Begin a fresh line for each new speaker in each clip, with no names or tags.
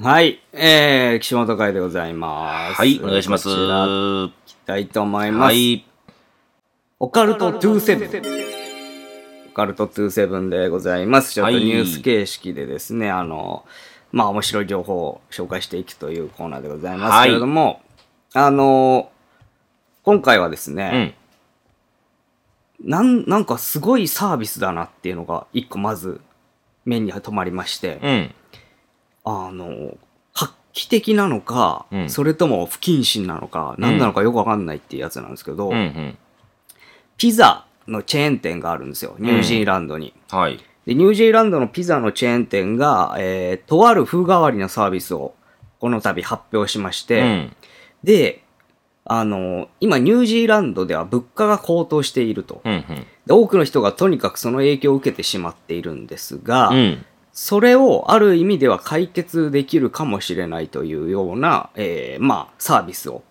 はい。えー、岸本会でございます。
はい、お願いします。
こちら行
は
きたいと思います。
い。
オカルト27。オカルト27でございます。ちょっと
はい
ニュース形式でですね、あの、まあ面白い情報を紹介していくというコーナーでございますけれども、あの、今回はです
う
ね、
ん。
なん、なんかすごいサービスだなっていうのが一個まず目に留まりまして、
うん。
あの、画期的なのか、
うん
それとも不謹慎なのか、
ん
何なのかよくわかんないっていうやつなんですけど、
うん。うん。
ピザのチェーン店があるんですよ、ニュージーランドに。
はい。
で、ニュージーランドのピザのチェーン店が、えーとある風変わりなサービスをこの度発表しまし
う
て、
ん。
で、あの、今ニュージーランドでは物価が高騰していると。
うん。うん。
で多くの人がとにかくその影響を受けてしまっているんですが、
うん。
それをある意味では解決できるかもしれないというような、えーまあ、サービスを、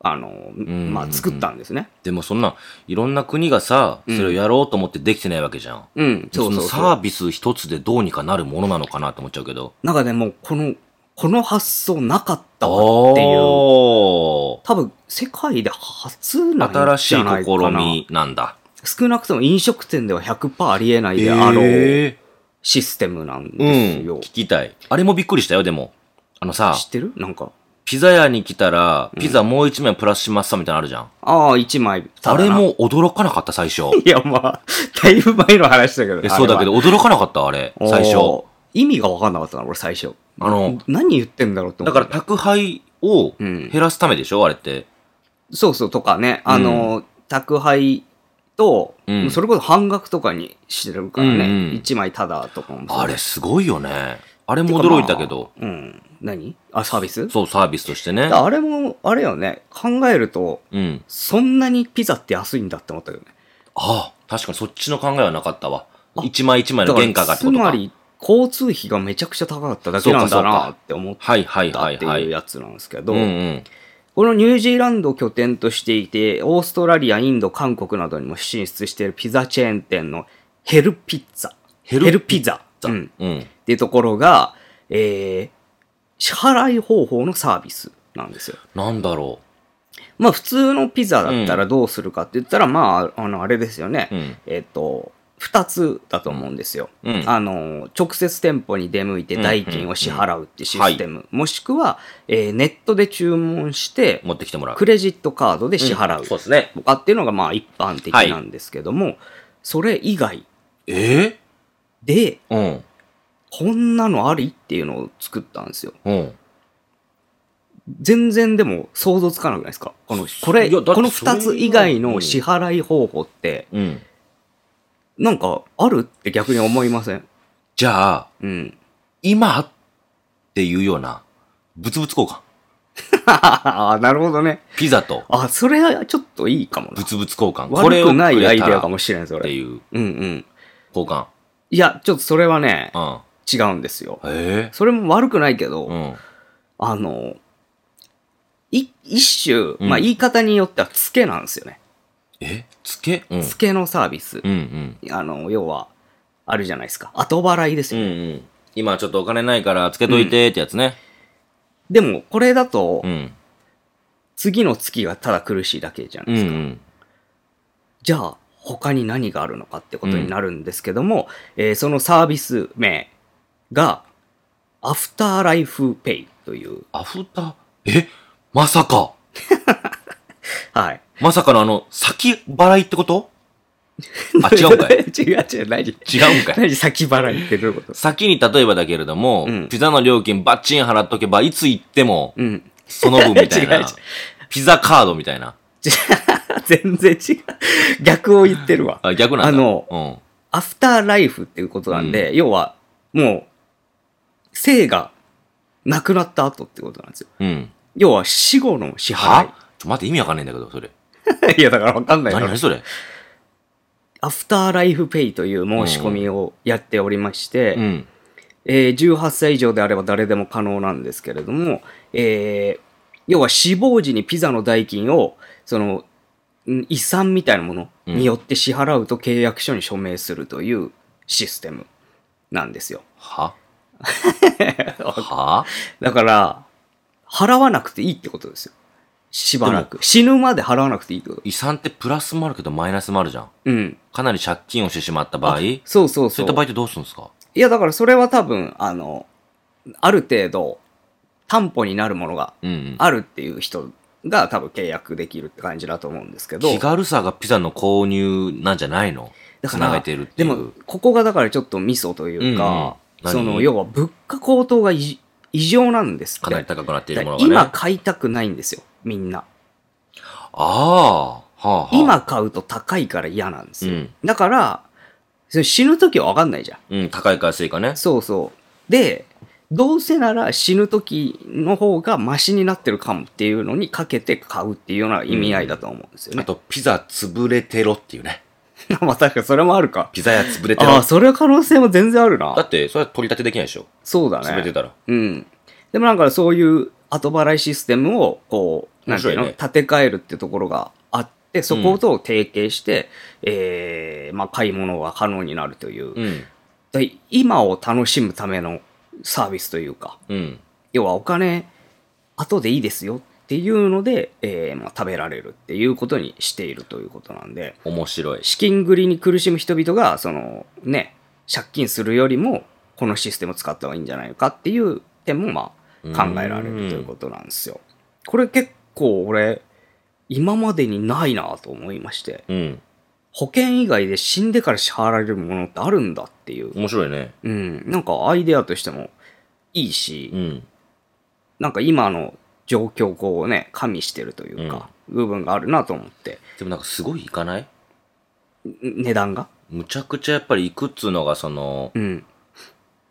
あの、
ん
まあ、作ったんですね。
でもそんな、いろんな国がさ、それをやろうと思ってできてないわけじゃん。
うん、そうそう
の
そ
サ
う。
ービス一つでどうにかなるものなのかなって思っちゃうけど。
なんかね、もう、この、この発想なかったわっていう。
お
多分、世界で初なんじゃないかな
新。しい試みなんだ。
少なくとも飲食店では100%ありえないであろう
え
システムなん
え。うん
ですよ。。
聞きたい。あれもびっくりしたよ、でも。あのさ、
知ってるなんか。
ピザ屋に来たら、ピザもう一枚プラスしますさみたいなのあるじゃん。
ああ、1枚。
あれ。も驚かなかった、最初。
いや、まあ、だいぶ前の話だけど
えそうだけど、驚かなかった、あれ、最初。
おー。意味が分かんなかったな、俺最初。
あの、
何言ってんだろうって思
だ
っ
か
た
ら宅配を
うん
減らすためでしょ、あれって。
そうそう、とかね、あの、宅配と、
うん
それこそ半額とかにしてるから
うん
ね、
うん
一1枚タダとかもそう
あれ、すごいよね。あれも驚いたけど、。
てかまあうん。何あ、サービス
そう、サービスとしてね。
あれも、あれよね、考えると、
うん。
そんなにピザって安いんだって思ったけどね。
ああ、確かにそっちの考えはなかったわ
あ。
一枚一枚の原価がって
つ
こと
ま
か。
り、交通費がめちゃくちゃ高かっただけなん
そ
だ
うかそう
な
か
って思っ
はいはい
た
は
っ
い
て
は
いう
い。
やつなんですけ
う
ど、
んうん。
このニュージーランドを拠点としていて、オーストラリア、インド、韓国などにも進出しているピザチェーン店のヘルピッツァ。
ヘ
ヘル
ル
ピザ。
ザ。
う
うんん。。
っていうところが、えー、支払い方法のサービスなんですよ。
なんだろ
まあ普通のピザだったらどうするかって言ったら、まあ、あの、あれですよね。
う。うん。
えっ、と、二つだと思うんですよ。
うん。
あの、直接店舗に出向いて代金を支払うってシステム。もしくは、えーネットで注文して、
持ってきてもらう。
クレジットカードで支払う
そうですね。
とかっていうのがまあ一般的なんですけども、それ以外
え
で
えうん。
こんなのありっていうのを作ったんですよ
うん。
全然でも想像つかなくないですかこのこれ
いやだって
この2つ以外の支払い方法って
うん。
なんかあるって逆に思いません
じゃあ、
うん
今っていうような、物々交換。
ああなるほどね
ピザと
あそれはちょっといいかもな
物々交換。これ
悪
を
くないアイデ
くれた
ア
ら
かもしれないそ
って
れ
いう
うんうん
交換。
いやちょっとそれはね
うん。
違うんですよ
ええ
それも悪くないけど、
うん。
あの、い一種、まあ、
うん
言い方によっては、ツケなんですよね。
えつけうん。
ツケのサービス
う。んうん。
あの、要は、あるじゃないですか。後払いです
うん
よ。
うん。今ちょっとお金ないからつけといてってやつね。
でも、これだと
う、ん。
次の月がただ苦しいだけじゃな
う
い
んう
ですか。
ん。
じゃあ、他に何があるのかってことになるんですけども、えーそのサービス名が、アフターライフペイという、
アフター、えまさか
はい。
まさかのあの、先払いって ことあ、違うんかい
違う違う、何
違うんかい
何先払いってどういうこと
先に例えばだけれども、
うん
ピザの料金バッチン払っとけば、いつ行っても、
うん。
その分みたい
違う 違
な
う。
ピザカードみたいな。
全然違う。逆を言ってるわ。
あ、逆なんだ。
あの
うん。
アフターライフっていうことなんで、要は、もう、生がなくなった後ってことなんですよ。
うん。
要は死後の支
は
払
ちょ、待って、意味わかんないんだけど、それ。
い。いや、だからわかんない
何、
な
何。それ
アフターライフペイという申し込みをやっておりまして、
うん。
えー18歳以上であれば誰でも可能なんですけれども、えー要は死亡時にピザの代金を、その、ん遺産みたいなものによって支 払うと契約書に署名するというシステムなんですよ。
はは
だから、払わなくていいってことですよ。しばらく。死ぬまで払わなくていいってこと。
遺産ってプラスもあるけどマイナスもあるじゃん。
うん。
かなり借金をしてしまった場合、
そうそう
そ
そうう。
いった場合ってどうするんですか
いや、だからそれは多分、あの、ある程度、担保になるものが
うんうん。
あるっていう人が多分契約できるって感じだと思うんですけど。
気軽さがピザの購入なんじゃないの
だか
繋げ
ら、
てるって
で
いう。
も、ここがだからちょっとミソというか、
うんうん
その、
何
要は物価高騰が異異常なんですって。
かなり高くなっているものがね。
今
あ
買いたくないんですよ、みんな。
あ、はあ、はあ。
今買うと高いから嫌なんですよ。
うん
だから、それ死ぬ時は分かんないじゃん。
うん、高いか安いかね。
そうそう。で、どうせなら死ぬ時の方がマシになってるかもっていうのにかけて買うっていうような意味合いだと思うんですよ
あ
ね。
と、ピザ潰れてろっていうね。
まあ確かにそれもあるか。
ピザ屋潰れて
あ
ろ
あ、。それは可能性も全然ある
だ
な。
って、それは取り立てできないでしょ。
そうだね。
潰れてたら。
うん。でもなんかそういう後払いシステムを、こう、なんていうの、
面白
立て替えるってところがあって、そこと提携して、えーまあ買い物が可能になるという、
うん。
で今を楽しむためのサービスというか、
うん。
要はお金、後でいいですよっていうので、えーまあ食べられるっていうことにしているということなんで、
面白い。
資金繰りに苦しむ人々が、そのね、借金するよりも、このシステムを使った方がいいんじゃないかっていう点も、ま
うん
あ、考えられるということなんですよ。これ結構俺、今までにないなと思いまして、
うん。
保険以外で死んでから支払われるものってあるんだっていう、
面白いね。
うん、なんかアイデアとしてもいいし、
うん。
なんか今の状況をこうね、加味してるというか、部分があるなと思って、
でもなんかすごいいかない
ん値段が。
むちゃくちゃやっぱりいくっつうのがその、
うん。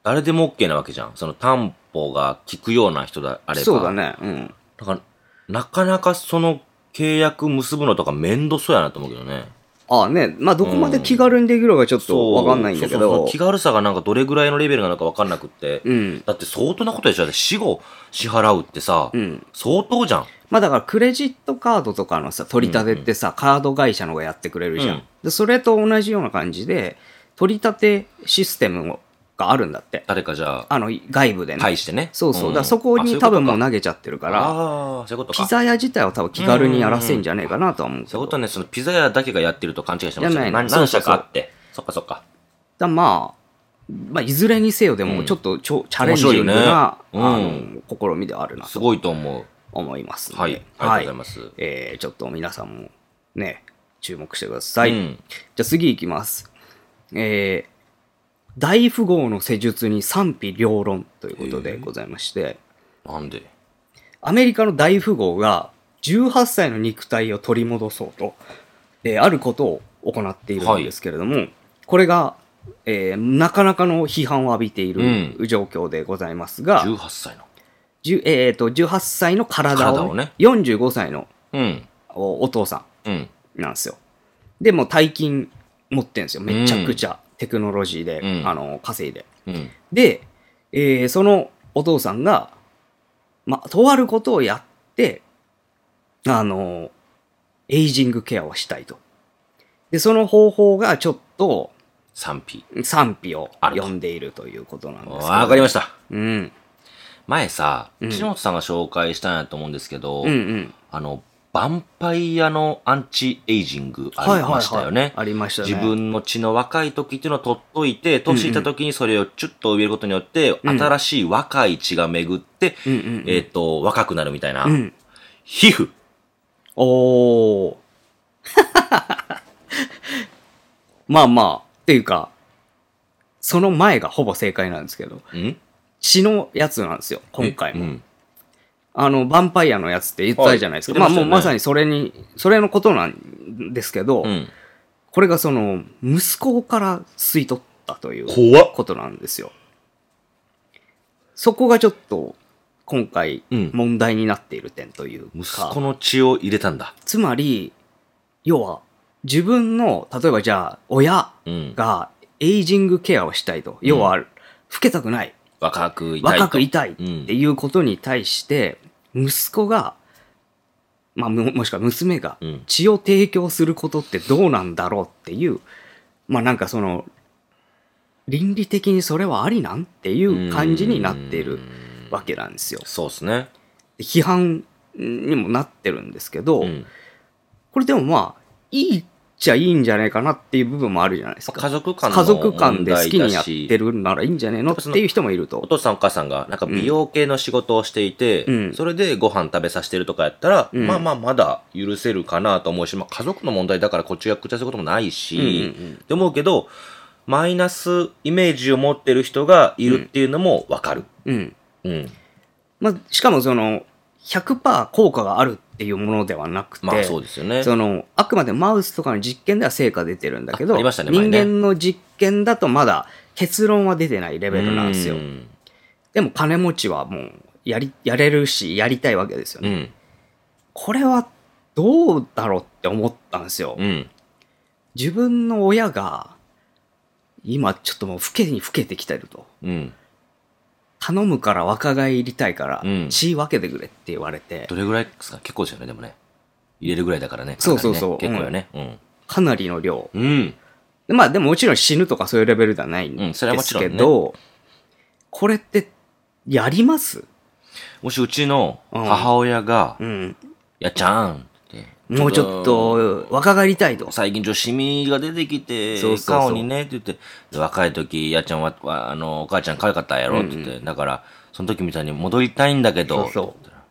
誰でも OK なわけじゃん。その担保が効くような人であれば。
そうだ。ね。うん。
だから、なかなかその契約結ぶのとか面倒そうやなと思うけどね。
ああね、まあどこまで気軽にできるのかちょっとわかんないんだけ
そうそうそ
ど
う気、軽さがなんかどれぐらいのレベルなのかわかんなくって。
うん。
だって相当なことでしょだって死後支払うってさ、
うん。
相当じゃん。
まあだからクレジットカードとかのさ、取り立てってさ、カード会社の方がやってくれるじゃん。
うん
でそれと同じような感じで、取り立てシステムがあるんだって。
誰かじゃあ、
あの、外部でね。
返してね。
そうそう。
ん
だからそこ
あ
に多分もう
な
投げちゃってるか、
からああ、そういうことか。
ピザ屋自体は多分気軽にやらせんじゃねえかなとは思うけ
そ
ど。
ういうこ
だ
と
か
ね、そのピザ屋だけがやってると勘違いしてました
じゃな
ね。
いの
何
そう
何
そう
社
そう
かあって。そっかそっか。
らまあ、まあ、いずれにせよで
う
も、
ん
ちょっとちょ、チャレンジングな、
面白いよね
あの試みではあるな
す
と
ごいと思う。
思いますんで。
はい。ありがとうございます。
えーちょっと皆さんもね、注目してください。
うん
じゃあ次いきます。えー大富豪の施術に賛否両論ということでございまして、
なんで
アメリカの大富豪が18歳の肉体を取り戻そうと、えーあることを行っているんですけれども、これが、えーなかなかの批判を浴びている状況でございますが、
?18 歳の。
じゅえーと18歳の体
体
を,、
をね
45歳の
うん。
おお父さん
うん。
なんですよ。で、もう大金持ってんですよ。めちゃくちゃテクノロジーで、
うん
あの、稼いで。
うん。
で、えーそのお父さんが、まあ、とあることをやって、あの、エイジングケアをしたいと。で、その方法がちょっと
賛否。
賛否を
あると
呼んでいるということなんですけど。
わかりました。
うん。
前さ、
うん
岸本さんが紹介したんやと思うんですけど、
うんうん。
あの、ヴァンパイアのアンチエイジングあ
はい
り
はい
ましたよね。
はい。ありましたね。
自分の血の若い時っていうのを取っといて、年いった時にそれをチュッと植えることによって、
うん
新しい若い血が巡って、
うんうんうん
えっ、と、若くなるみたいな。
うん。
皮膚。
おー。 まあまあ、っていうか、その前がほぼ正解なんですけど、
ん
血のやつなんですよ、今回
う
も。
ん。
あの、ヴァンパイアのやつって言ったじゃないですか。まあ
はい
もう
言ってま
ま
した
さ
よ
にそれに、それのことなんですけど、
うん。
これがその、息子から吸い取ったという
怖っ
ことなんですよ。そこがちょっと、今回
うん、
問題になっている点というか。
息子の血を入れたんだ。
つまり、要は、自分の、例えばじゃあ、親
うん。
がエイジングケアをしたいと。要は、老けたくない。
若くいたいと。
若くいたいっ
うん
ていうことに対して、息子が、まあ、ももしくは娘が
うん
血を提供することってどうなんだろうっていう、まあなんかその、倫理的にそれはありなんっていう感じになっているわけなんですよ。
そうですね。
批判にもなってるんですけど、
うん
これでもまあ、いいっちゃいいんじゃないかなっていう部分もあるじゃないですか。
家族間の
家族間で好きにやっ
問題だして
るならいいんじゃねえのっていう人もいる
お
と。
父さんお母さんがなんか美容系の仕事をしていて、
うん
それでご飯食べさせてるとかやったら、
うん
まあまあまだ許せるかなと思うし、まあ、家族の問題だからこっちが口出すこともないし、
うんうん
って思うけどマイナスイメージを持ってる人がいるっていうのもわかる、
うんうん
うん、
まあ、しかもその、100%効果があるっていうものではなくて、
まあそうですよね
そのあくまでマウスとかの実験では成果出てるんだけ
あ
ど、
ありましたね前
人
ね
間の実験だとまだ結論は出てないレ
レ
ベルなんですよ
う。ん、
でも金持ちはもうやりやれるしやりたいわけですよ
う
ね。
ん
これはどうだろうって思ったんですよ。
うん
自分の親が今ちょっともう老けに老けてきてると。
うん
頼むから若返りたいから
うん
血分けてくれって言われて、
どれぐらいですか結構ですよねでもね入れるぐらいだからね
そうそうそう
かなりね結構よね
かなりの量。
うん、うん
でまあでももちろん死ぬとかそういうレベルではないん
うん
で
それはもち
す
ろんね
けど、これってやります
もしうちの母親が、
うん。
やっちゃんって
もうちょっと若返りたいと。
最近女子みが出てきて、
そうそうそう
顔にねって言って、若い時、やっちゃんは、わあの、お母ちゃん可愛かったやろって言って、だから、その時みたいに戻りたいんだけど、
そうそう
って言ったら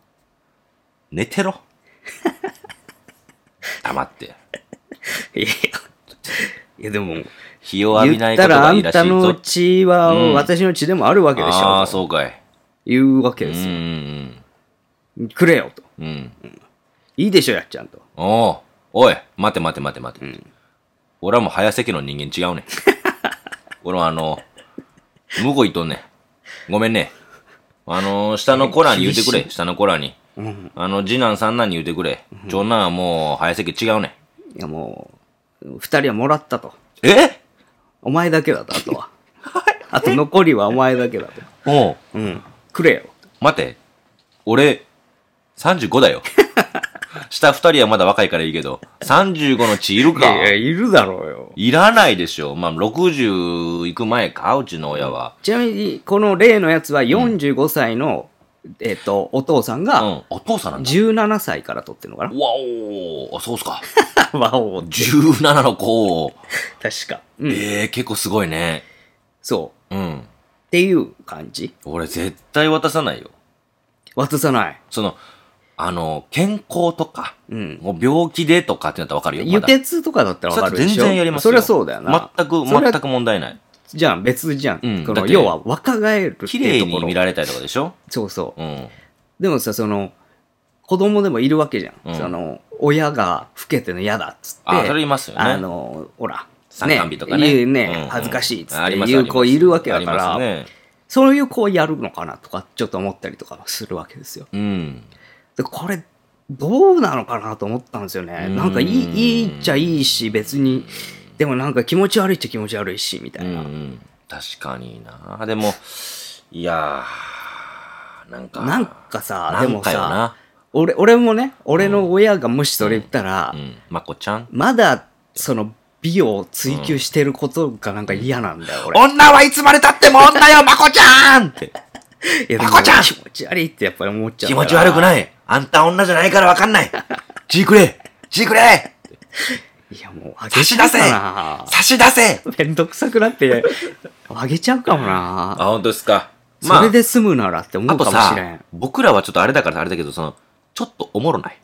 寝てろ。黙って。
いやいや。いやでも、
日を浴び
言っ
ないこと
たら
が
あ
いい
ん
らしいぞ。
たの血は
うん
私の血でもあるわけでしょ。
ああ、そうかい。
いうわけ
うん
で
う
すよ。
ん
くれよと。
うん。うん。
いいでしょ、やっちゃんと。
おうおい、待て待て待て待て。俺はもう早席の人間違うねん。 俺はあの、向こう行っとんねん。ごめんね。あの、下の子らに言うてくれ、下の子らに。
うん。
あの、次男三男に言うてくれ。長男はもう早席違うね
いやもう、二人はもらったと。
ん。え
お前だけだと、あと は。あと残りはお前だけだと。
おう、
うん。くれよ。
待て。俺、35だよ。 下二人はまだ若いからいいけど、35の血いる
い
か
やいや、いるだろうよ。
いらないでしょ。まあ、60行く前か、うちの親は。
ちなみに、この例のやつは45歳の、えっと、お父さん
う
が
ん。お父さんなんだ。
17歳から取ってるのかな
わおー、あそうっすか。
和王って
17の子を。
確か。うん。
ええー、結構すごいね。
そう。
うん。
っていう感じ。
俺絶対渡さないよ。
渡さない。
その、あの、健康とか、
うん。
もう病気でとかってなったらわかるよ。
輸
まだ
血とかだったら
そ
わ
れ
か
は
るで
全
しょ
然やります
そ
よ。
りゃそうだよな。
全く、
それは
全く問題ない。
じゃあ別じゃん。
うん
こ
だっ
の
て
要は若返るって
綺
いう
麗
とこ
に
ろ。
見られたりとかでしょ
そうそう。
うん。
でもさ、その、子供でもいるわけじゃん。
うん
その、親が老けてるの嫌だっつって。
あ、それいますよね。
あの、ほら。
参観日とかね。
言うね
うんうん
恥ずかしいっつ
あ
っ
り
て
ます
いう子いるわけ
あ
だ
り
か
ます
ら、
ね。
そういう子をやるのかなとか、ちょっと思ったりとかするわけですよ。
うん。
でこれどうなのかなと思ったんですよね
うん
なんかいいいいっちゃいいし別にでもなんか気持ち悪いっちゃ気持ち悪いしみた
う
い
んう
な、
ん。確かにな。でも、いやー、なんか。
なんかさ
な
でも
んかよ
さ
な。
俺俺もね俺の親がもしそれ言ったら、
うん。まこちゃん。
まだその美を追求してることがなんか嫌なんだよ、俺。
女はいつまでたっても女よ、 まこちゃんって。
いやでも
まこちゃん
気持ち悪いってやっぱり思っちゃう
気
から。
持ち悪く
い
ない。あんた女じゃないからわかん ない。血くれ血くれ
いやもう、あげ
差
ち
し
ゃ
出
う
せ
か
差し出せ
な。めんどくさくなって、あげちゃうかもな。
あ、本当ですか。
それで済むならって思
あ
う
と
かもしれ
さ
ん。、
僕らはちょっとあれだからあれだけど、その、ちょっとおもろない。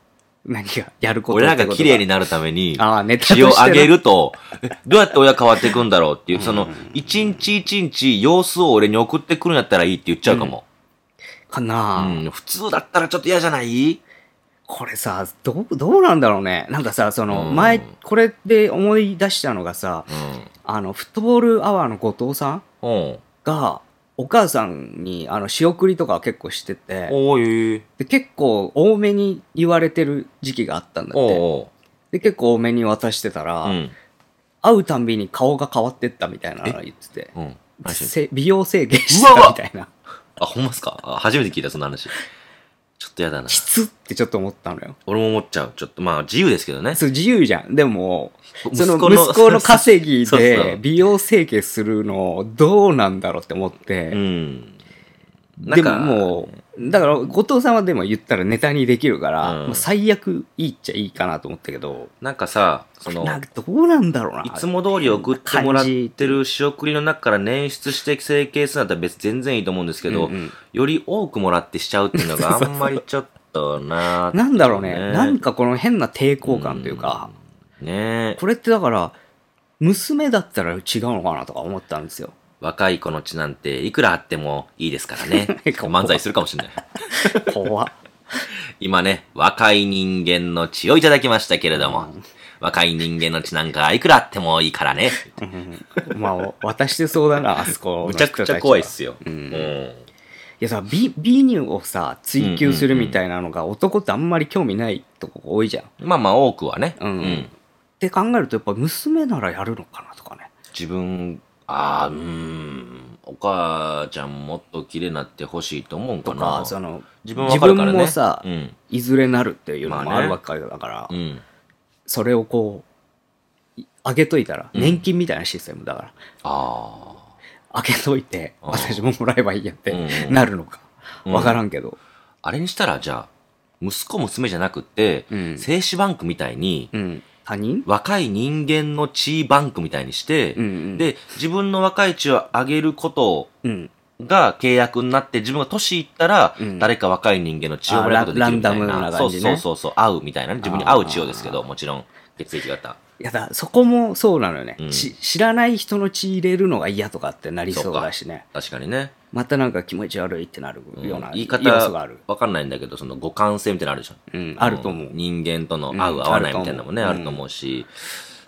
何がやること
俺らが綺麗
に
になるために、
ああネタとして
血
な
をあげると、えどうやって親変わっていくんだろうっていう、その、一日一日様子を俺に送ってくるんやったらいいって言っちゃうかも。
かな
う
あ、
ん、普通だったらちょっと嫌じゃない
これさどうどうなんだろうねなんかさその
うん
前、これで思い出したのがさ
う
あのフットボールアワーの後藤さん
ん。うん。
がお母さんにあの仕送りとか結構してて
おい。
で結構多めに言われてる時期があったんだって
おう
で結構多めに渡してたら、
おう。うん。
会うたんびに顔が変わってったみたいなの言ってて
うん。何してんの
せ美容整形してたみたいな
あ、ほんまっすかあ初めて聞いた、その話。ちょっとやだな
き。つってちょっと思ったのよ。
俺も思っちゃう。ちょっと、まあ、自由ですけどね。
そう自由じゃん。でも、その
息子
息
の
子の稼ぎ
そうそ
で
う
美容整形するのどうなんだろうって思って。
うん。
でももう、だから後藤さんはでも言ったらネタにできるから、
うん
もう最悪いいっちゃいいかなと思ったけど、
う、なんかさ、その、
なんかどうなんだろうな。
いつも通り送ってもらっ
感じ
てる仕送りの中から捻出して整形するんだったら別に全然いいと思うんですけど、
うんうん
より多くもらってしちゃうっていうの があんまりちょっとなーって
なんだろうね
ね
なんかこの変な抵抗感というか、
ねえ
これってだから、娘だったら違うのかなとか思ったんです よ。
若い子の血なんていくらあってもいいですか らね
怖
漫才するかもしれない
怖っ
今ね若い人間の血をいただきましたけれども、若い人間の血なんかいくらあってもいいからね
うんまあ、渡してそうだな、あそ この
む
人
ちゃ
たちは。
くちゃ怖いっすよ、
うん
うん
いやさ、美、美乳をさ、追求するみたいなのが男ってあんまり興味ないとこ多いじゃん。っ
まあまあ多くはね、
うんて考えると、やっぱ娘ならやるのかなとかね。
自分ああうんお母ちゃんもっと綺麗になってほしいと思うんか
と
な
か、その、
自分わかるから
自分
ね
もさ
うん
いずれなるっていうの
ま
も
あね
あるわけだから、
うん、
それをこう、い上げといたら、
うん
年金みたいなシステムだから、
ああ
上げといて、
あー
私ももらえばいいやって
うん
なるのか。
うん
わからんけど。
あれにしたら、じゃあ、息子娘じゃなくって、
うん
精子バンクみたいに、
うん。他人
若い人間の血バンクみたいにして、
うんうん
で、自分の若い血をあげること
うん。
が契約になって、自分が年いったら、
うん
誰か若い人間の血をもらうことができるみたいな。
あラランダムな感じね
そうそうそうそう、合うみたいなね。自分に合う血をですけど、もちろん、血液型。
いやだ、そこもそうなのよね、
うん
ち知らない人の血入れるのが嫌とかってなりそうだしね。
確かにね。
またなんか気持ち悪いってなるような
言い
要
方、
素がある。
わかんないんだけど、その互換性みたいなのあるでしょ。
うん、あると思う。
人間との
うん
合う合わないみたいなのもね、
あ
あ
る
る
と
と
思
思うし、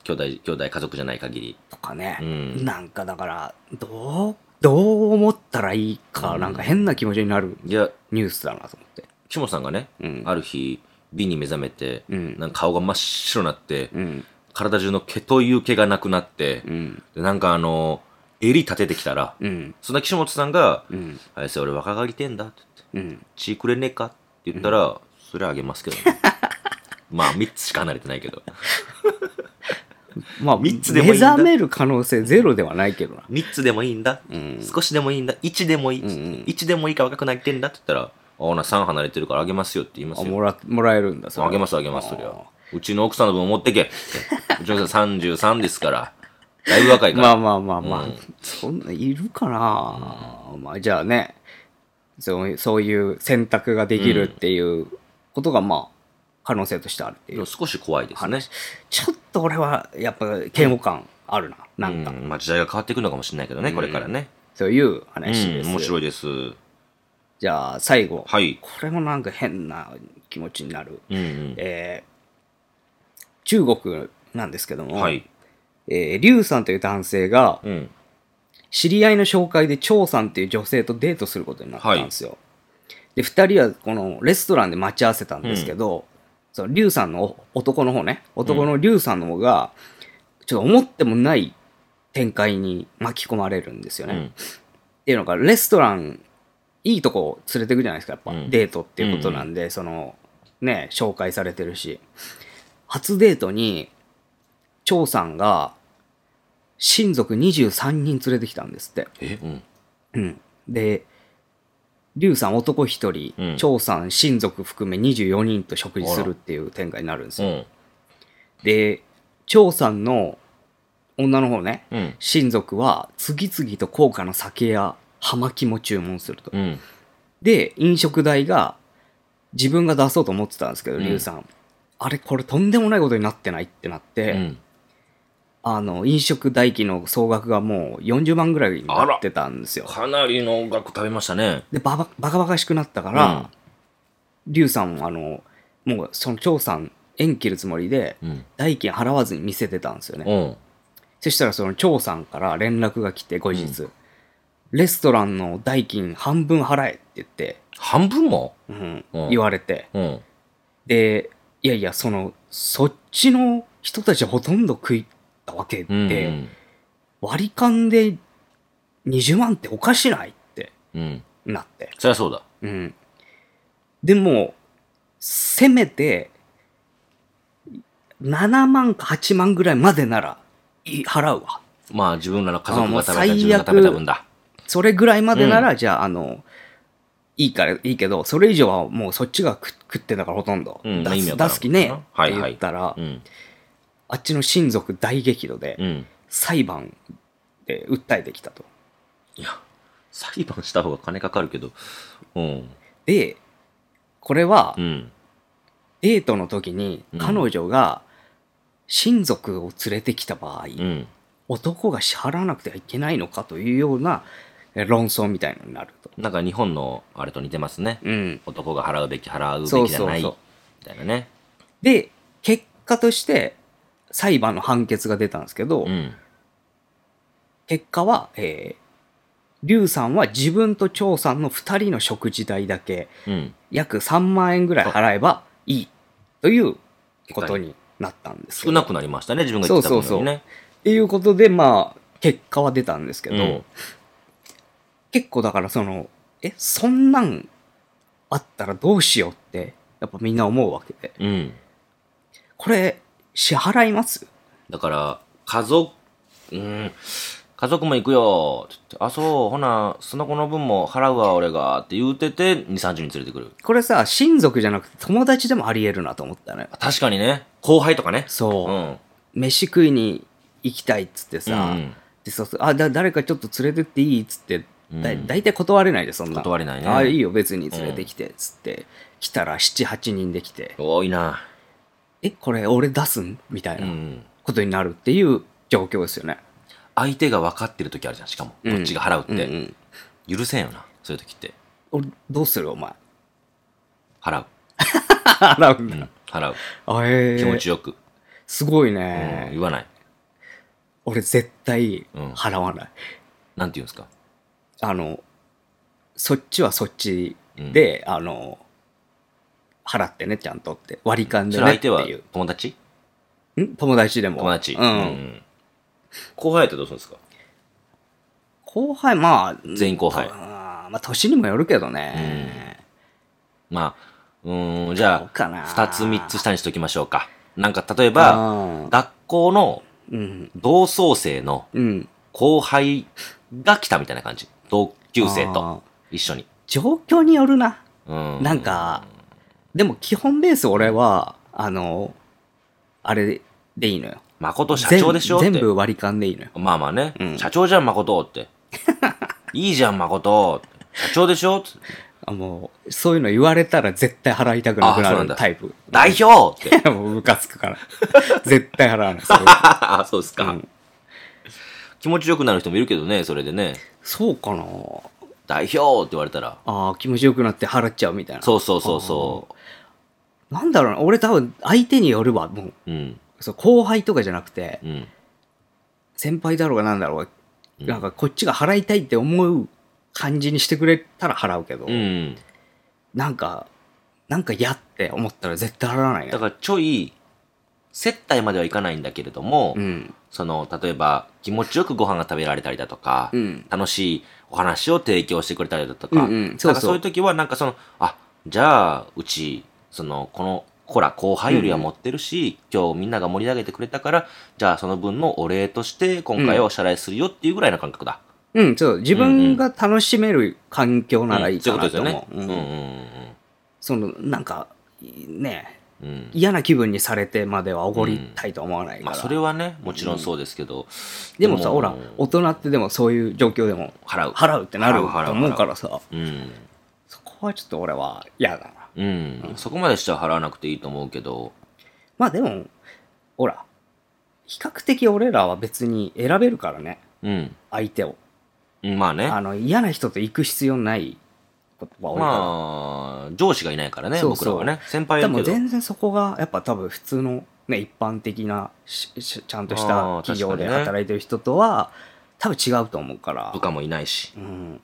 兄弟、兄弟家族じゃない限り。
とかね、
うん
なんかだから、どう、どう思ったらいいか、なんか変な気持ちになる
いや、
ニュースだなと思って。
岸本さんがね、
うん
ある日、美に目覚めて、
うん
なんか顔が真っ白になって、
うん、
体中の毛という毛がなくなって、
うん、
でなんかあの、襟立ててきたら、
うん、
そんな岸本さんが、
うん、
あれせ俺若返りてんだって言って、
うん。
血くれねえかって言ったら、それあげますけど、ね、 まあ、3つしか離れてないけど。
まあ、
三つでもいい
目
んだ
覚める可能性ゼロではないけどな。
3つでもいいんだ、
ん
少しでもいいんだ1でもいい、
んうん
1でもいいから若くなってんだって言ったら「あほな3離れてるからあげますよ」って言いま
あ
す
も
よ
ら、もらえるんだ、それ
あげますあげますそり
あ
ゃうちの奥さんの分持ってけってうちの奥さん33ですからだいぶ若い
ー
から、
まあまあまあまあ、
うん
そんな、いるかな、まあじゃあねそう、そういう選択ができるっていうことが、まあ、可能性としてあるってい
で
う
も少し怖いですね
話。ちょっと俺は、やっぱ、嫌悪感あるな、
う
なんか、
んまあ、時代が変わってくるのかもしれないけどね、これからね、
そういう
うん、
話です。
面白いです
じゃあ、最後、
はい
これもなんか変な気持ちになる。
うんうん
えー中国なんですけども、
はい
えー、リュウさんという男性が、
うん
知り合いの紹介で張さんっていう女性とデートすることになったんですよ。で、二人はこのレストランで待ち合わせたんですけど、そのリュウさんの男の方ね、男のリュウさんの方が、ちょっと思ってもない展開に巻き込まれるんですよ
う
ね。っ
ん
ていうのが、レストラン、いいとこ連れてくじゃないですか、やっぱ、
うん
デートっていうことなんで、その、ね、紹介されてるし。初デートに、張さんが、親族23人連れてきたんですって。
えうん
うん、で、劉さん男一人、
うん
張さん親族含め24人と食事するっていう展開になるんです
う
よ。
ん
で、張さんの女の方ね、
うん
親族は次々と高価な酒や葉巻も注文すると。
うん
で、飲食代が自分が出そうと思ってたんですけど、
うん
劉さん。あれ、これとんでもないことになってないってなって、
うん
あの、飲食代金の総額がもう40万ぐらいになってたんですよ。
かなりの額食べましたね
でバババカバカしくなったから、リュウさんはあのもうその張さん縁切るつもりで
うん
代金払わずに見せてたんですよね、
うん
そしたらその張さんから連絡が来て後日、レストランの代金半分払えって言って、
半分も
うん
うん
言われて
うん
でいやいやそのそっちの人たちはほとんど食いったわけで、
うんうん
割り勘で20万っておかしないって
うん
なって
そりゃそうだ
うん。でも、せめて、7万か8万ぐらいまでなら、い払うわ。
まあ自分らの家族が食べ
あもう最
た
悪
自分が食べた分だ。
それぐらいまでなら、じゃあ、あの、いいから、いいけど、それ以上はもうそっちが食食ってたからほとんど。
うん
出
意味
す
わからん
出す気ねえ
は
っ
い
て
は
言
い
ったら、
うん。
あっちの親族大激怒で、
うん。
裁判で訴えてきたと。
いや、裁判した方が金かかるけど。うん。
で、これは
う、ん。
デートの時に
うん
彼女が親族を連れてきた場合、
うん。
男が支払わなくてはいけないのかというようなえ論争みたいのになると。
なんか日本のあれと似てますね。
うん、
男が払うべき払う
そ
べ
う
きじゃ
そう
ない
そう
みたいなね。
で結果として裁判の判決が出たんですけど、
うん。
結果は、えー、リュウさんは自分と張さんの2人の食事代だけ
うん。
約3万円ぐらい払えばいいということになったんです
少
よ
なくなりましたね、自分が言ってた分よりね。
っていうことでまあ結果は出たんですけど、
うん
結構だからそのえそんなんあったらどうしようってやっぱみんな思うわけで
うん。
これ支払います
だから、家族、うん、家族も行くよって言って、あ、そう、ほな、その子の分も払うわ、俺が、って言うてて、2、30人連れてくる。
これさ親族じゃなくて友達でもありえるなと思ったのよ
確かにね、後輩とかね。う
そう、
ん。
飯食いに行きたいっつってさ、
うん
でそうそうあだ誰かちょっと連れてっていいっつってだ
うん
大体断れないでそんな
断れないね
あいいよ別に連れてきてっつって、来たら78人できて
多いな。。
えこれ俺出すんみたいうなんことになるっていう状況ですよね。
相手が分かってる時あるじゃん、しかも。
うん
こっちが払う
うんう
って。
ん、
許せんよな、そういう時って。
俺どうするお前。
払う。
払うんだ。
うん払う。
あえー、
気持ちよく。
すごい
うん
ね、
言わない。
俺絶対
うん
払わない。
なんて言うんですか。
あのそっちはそっちで、あの払ってねちゃんとって割り勘
そ
でね
れ
って
相手はい友達
う。ん友達でも。
友達。
うん。
後輩やってどうするんですか
後輩まあ
全員後輩
あーまあ年にもよるけどね。
まあ、うーん、じゃ
どうかな
あ、二つ三つ下にしときましょうか。なんか、例えば、
あー
学校の
うん
同窓生の
うん
後輩が来たみたいな感じ。同級生
あー
と一緒に。
状況によるな。
うん。
なんか、でも基本ベース俺は、あの、あれでいいのよ。
誠社長でしょって
全。全部割り勘でいいのよ。
まあまあね、
うん
社長じゃん、誠って。いいじゃん、誠。社長でしょって
あもう、そういうの言われたら絶対払いたくなく
あそう
な
なん
る
だ
タイプ。
代表っ
表
て。
もうムカつくから。絶対払わない。 それは
あ、そうですか、
うん
気持ちよくなる人もいるけどね、それでね。
そうかな
代表って言われたら。
ああ、気持ちよくなって払っちゃうみたいな。
そうそうそうそ
なんだろうな。俺多分相手によるわ。もう、
う。うん。
そう後輩とかじゃなくて、
うん。
先輩だろうがなんだろうが、
うん
なんかこっちが払いたいって思う感じにしてくれたら払うけど。
うん。
なんか、なんか嫌って思ったら絶対払わないね
だ。からちょい、接待まではいかないんだけれども、
うん。
その、例えば気持ちよくご飯が食べられたりだとか、
うん。
楽しいお話を提供してくれたりだと
うん
か、
うん。
な
そ
ん
う
か
そ
そういうう。時はなんかその、あ、じゃあ、うち、その、この、ほら、後輩よりは持ってるし、今日みんなが盛り上げてくれたから、じゃあその分のお礼として、今回はお支払いするよっていうぐらいの感覚だ。
うん、そう。自分が楽しめる環境ならいいかなと
そういうこ
思
と
う。
ですよね。うん
うんその、なんか、ね、
うんうん。うん
嫌な気分にされてまではおごりたいとは思わないか
まあ、
ら。
それはね、もちろんそうですけど、
でもさ、ほら、大人ってでもそういう状況でも
払う。
払うってなる
払う払う
と思うからさ、
うん。
そこはちょっと俺は嫌だな。
うん、そこまでしては払わなくていいと思うけど、
まあでも、ほら、比較的俺らは別に選べるからね、
うん、
相手を。
まあね、
あの嫌な人と行く必要ないことは多いから、
まあ、上司がいないからね、
そうそう
僕らはね、先輩
で
だ
も
けど、
全然そこがやっぱ多分普通の、ね、一般的なししちゃんとした
あー
企業で
確かにね
働いてる人とは、多分違うと思うから
部、下もいないし、
うん、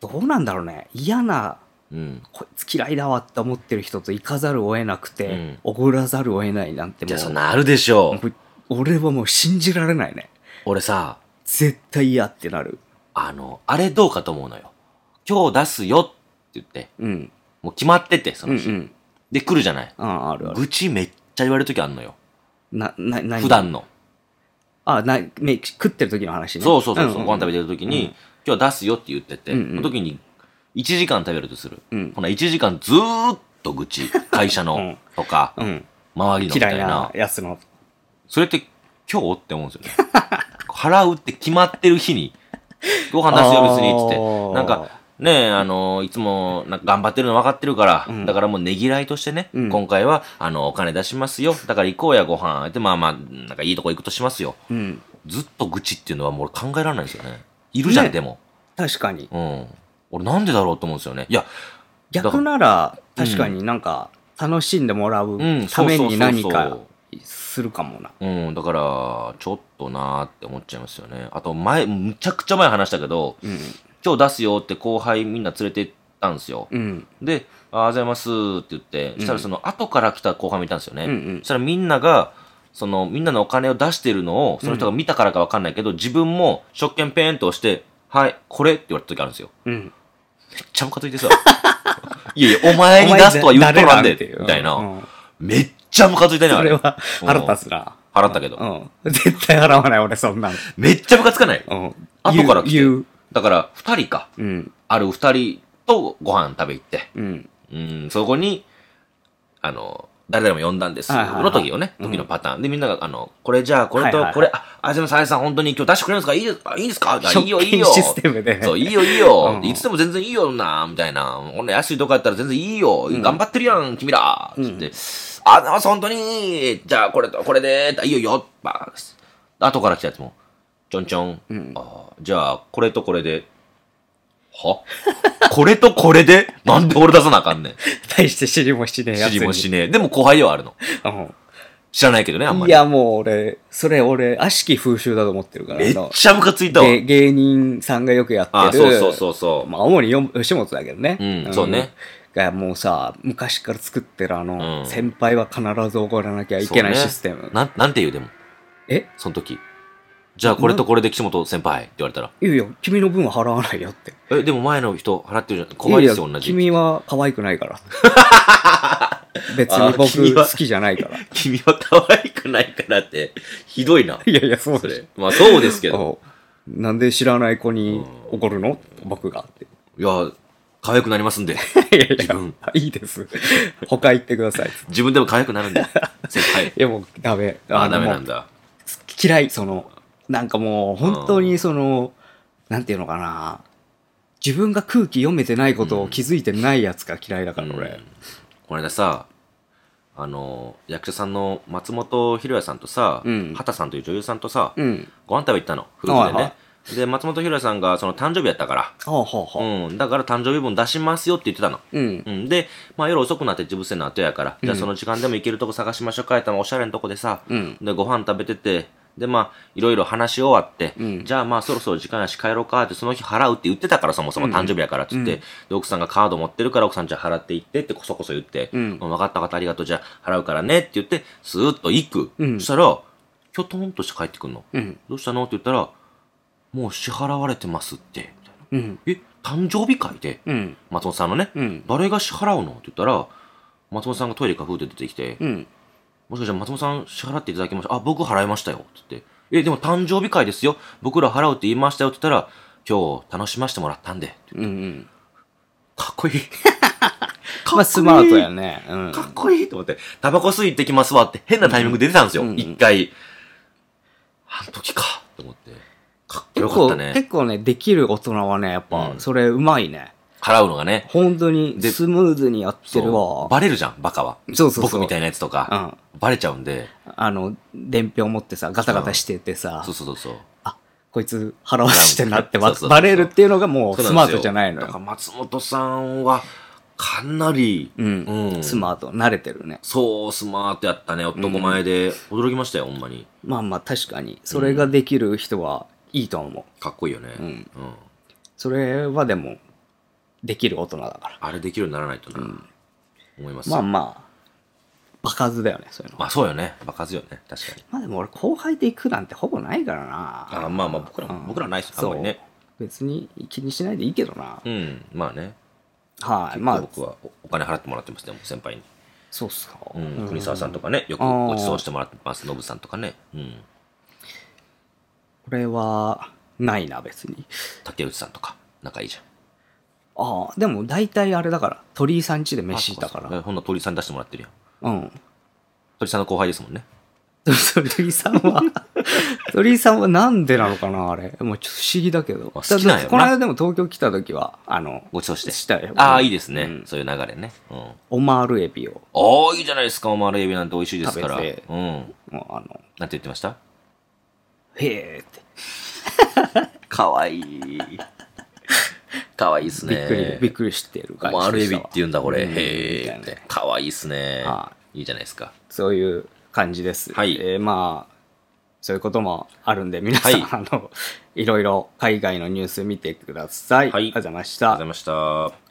どうなんだろうね嫌な
うん、
こいつ嫌いだわって思ってる人と行かざるを得なく
う
て
ん
おご、らざるを得ないなんて
じ
も
ゃあ、そん
う
なあるでしょう、
もう俺はもう信じられないね
俺さ、
絶対嫌ってなる
あの、あれどうかと思うのよ、今日出すよって言って、
うん
もう決まってて、そ
うんう
の日。
ん。
で、来るじゃない。
ああ、あるある。
愚痴めっちゃ言われるときあんのよ。
な、な、な
普段の。
あ、な、め、食ってる時の話ね。
そうそうそうそう、
ん
ご飯食べてるときに、今日は出すよって言ってて、
うんうん
その時に1時間食べるとする。
うん
ほな、1時間ずーっと愚痴、会社
う
の
ん
とか、
うんうん。
周りのみた
嫌
い
い
な
な。やつの。
それって今日って思うんですよね。 払うって決まってる日に、ご飯出すよ別にっつ
あ
って。
ー
なんか、ねえ、あのいつも、なんか頑張ってるの分かってるから、
うん
だからもうねぎらいとしてね、
うん
今回は、あの、お金出しますよ。だから行こうや、ご飯。で、まあまあ、なんかいいとこ行くとしますよ。
うん。
ずっと愚痴っていうのはもう俺考えられないんですよね。いるじゃん、
ね
でも。
確かに。
うん。俺なんでだろうと思うんですよね。いや、
逆なら、確かになんか、楽しんでもらう
うん、
ため
そうそうそうそう
に何かするかもな。
うん、だから、ちょっとなーって思っちゃいますよね。あと、前、むちゃくちゃ前話したけど、
うん。
今日出すよって後輩みんな連れて行ったんですよ。
うん。
で、ああ、あざいますって言って、そしたらその後から来た後輩見たんですよね。
うんうん
そしたらみんなが、そのみんなのお金を出してるのを、その人が見たからかわかんないけど、自分も食券ペーンと押して、はい、これって言われた時あるんですよ。
うん。
めっちゃムカつい てさ。いやいや、お前に出すとは言っとらんで、みたい
うん
な。
うん
めっちゃムカついてない
そ
あ
れ
れ。
は腹立つな。
払ったけど。
うん。絶対払わない、俺、そんなの。
めっちゃムカつかない。
うん。
後から来て
言う。
だから、二人か。
言ううん。
ある二人とご飯食べ行って。
うん。
うん、そこに、あの、誰々も呼んだんです。
はいはいはい
の時をね、
うん
時のパターン。で、みんなが、あの、これじゃあ、これと、
はいはいはい
これ、あ、あじめさん、あやさん、本当に今日出してくれるんですかいいですかいいですかあいいよ、いいよ。
システムで。
そう、いいよ、いいよ。
うん
いつでも全然いいよな、みたいな。こんな安いとこやったら全然いいよ。頑張ってるやん、君ら。つって、あ、ざいます、本当に。じゃあ、これと、これで、いいよ、よ。バース。後から来たやつも、ちょんちょん。あじゃあ、これとこれで。は これとこれでなんで俺出さなあか んねん。
対して知りもしねえやつ
知
に。
りもしねえ。でも後輩ではあるの。
うん
知らないけどね、あんま
い
り。
や、もう俺、それ俺、悪しき風習だと思ってるから。
めっ
あの
ちゃムカついたわ。
げ芸人さんがよくやってる。
あ、そうそうそうそう。
まあ、主によ吉本だけどね。
うんそうね。
がもうさ、昔から作ってるあの、
うん
先輩は必ず怒らなきゃいけない
そうね
システム。
なん、なんて言うでも、
え
その時。じゃあこれとこれで岸本先輩って言われたら。
いやいや、君の分は払わないよって。
え、でも前の人払ってるじゃん。怖いです
や
よ、
や
同じ。
君は可愛くないから。 別
あ
に
君
僕
は
好きじゃないから。
君は可愛くないからって、ひどいな。
いやいや、そう
そ
でしょ
れ。まあそうです けど。
おなんで知らない子に怒るの僕がって。
いや、可愛くなりますんで。
いやい
自
や
分、
いいです。他行ってください。
自分でも可愛く なるんで。先輩。
いやもうダメ。
ああ、ダメ
の
なんだ。
嫌い、その、なんかもう本当にその、なんていうのかな。自分が空気読めてないことを気づいてないやつが嫌いだから、
う
俺
ん。この間さあの役者さんの松本博也さんとさ、
うん
畑さんという女優さんとさ、
うん。
ご飯食べ行ったの夫婦でね、
はいは
で松本博也さんがその誕生日やったから
ほうほうほう。
うん、だから誕生日分出しますよって言ってたの。
うん。
うん、で、まあ、夜遅くなって自分せの後やから、じゃあその時間でも行けるとこ探しましょうか、やったらおしゃれなとこでさ、
うん
で、ご飯食べてて、で、まあ、いろいろ話し終わって、
うん
じゃあまあ、そろそろ時間やし帰ろうかって、その日払うって言ってたから、そもそも誕生日やからって言って、で、奥さんがカード持ってるから、奥さんじゃあ払っていってって、こそこそ言って、
うん
分かった分かった、ありがとう、じゃあ払うからねって言って、スーッと行く。
うん
そしたら、きょとんとして帰ってくんの。
うん。
どうしたのって言ったら、もう支払われてますって。みたいな
うん。
え、誕生日会で
うん。
松本さんのね、
うん
誰が支払うのって言ったら、松本さんがトイレからふーって出てきて、
うん。
もしかして松本さん支払っていただきましたあ、僕払いましたよ。って言って、え、でも誕生日会ですよ。僕ら払うって言いましたよ。って言ったら、今日楽しませてもらったんで。
うんうん。
かっこいい。
まあスマートやね。うん。
かっこいいと思って、タバコ吸い行ってきますわって変なタイミングで出てたんですよ。
うんうん
一、回。あの時か。と思って。かっこ
結
よかっ
構
た、ね。
結構ね、できる大人はね、やっぱ
う、ん
それうまいね。
払うのがね。
本当に
で
スムーズにやってる
そう
わ。
バレるじゃん、バカは。
そうそうそう
僕みたいなやつとか。バレちゃうんで。
あの、伝票持ってさ、ガタガタしててさ
そう、そうそうそう。
あ、こいつ払わしてんなってば
そうそうそう
バレるっていうのがもう
そ
ス
うなんですよ
マートじゃないの
だから
よ。
松本さんは、かなり、
うん
うん
スマート、慣れてるね。
そう、スマートやったね、男前で。驚きましたよ、ほんまに。
まあまあ確かに、それができる人はいいと思う。
かっこいいよね。
うん
うん
それはでも、できる大人だから。
あれできるようにならないとな、思います。
まあ
ま
まあ、場数だよね、そういうのは。
あ、そうよね。場数よね。確かに。
まあでも俺後輩で行くなんてほぼないからな。
あまあまあ、僕ら、
うん
僕らないっす、あん
そ
まり
う
ね。
別に気にしないでいいけどな。
うん、まあね。
はい。
結
ま
構
あ、
僕はおお金払ってもらってますね、先輩に。
そうっすか。
うん、国沢さんとかね、よく
あー
ご馳走してもらってます、ノブさんとかね。うん。
これは、ないな、別に。
竹内さんとか、仲いいじゃん。
ああ、でも大体あれだから、鳥居さん家で飯したか
あそうそう
ら。
ほんの鳥さん出してもらってるやん。
うん。
鳥さんの後輩ですもんね。
鳥居さん は、鳥居さんはなんでなのかな、あれ。もうちょっと不思議だけど。
好きなんやろな
この間でも東京来た時は、あの、
ご馳走して。
したよ
ああ、いいですね、
うん
そういう流れね。うん。
オマールエビを、
ああ、いいじゃないですか、オマールエビなんて美味しいですから。う
食
ん
べて。もうあの、
なんて言ってました
へえって、
かわいい。かわいいっす
びっくり、びっ
く
くりしてる
オ
感じでしたわ。
マールエビって言うんだ、これ。
うん
へ
みた
え
い。な
ってかわいいっすね
はい
いいじゃないですか。
そういう感じです。
はい
えーまあ、そういうこともあるんで、皆さん、
はい
あの、いろいろ海外のニュース見てください。あ
はい
りがとうございまし
あ
た
りがとうござい。ました。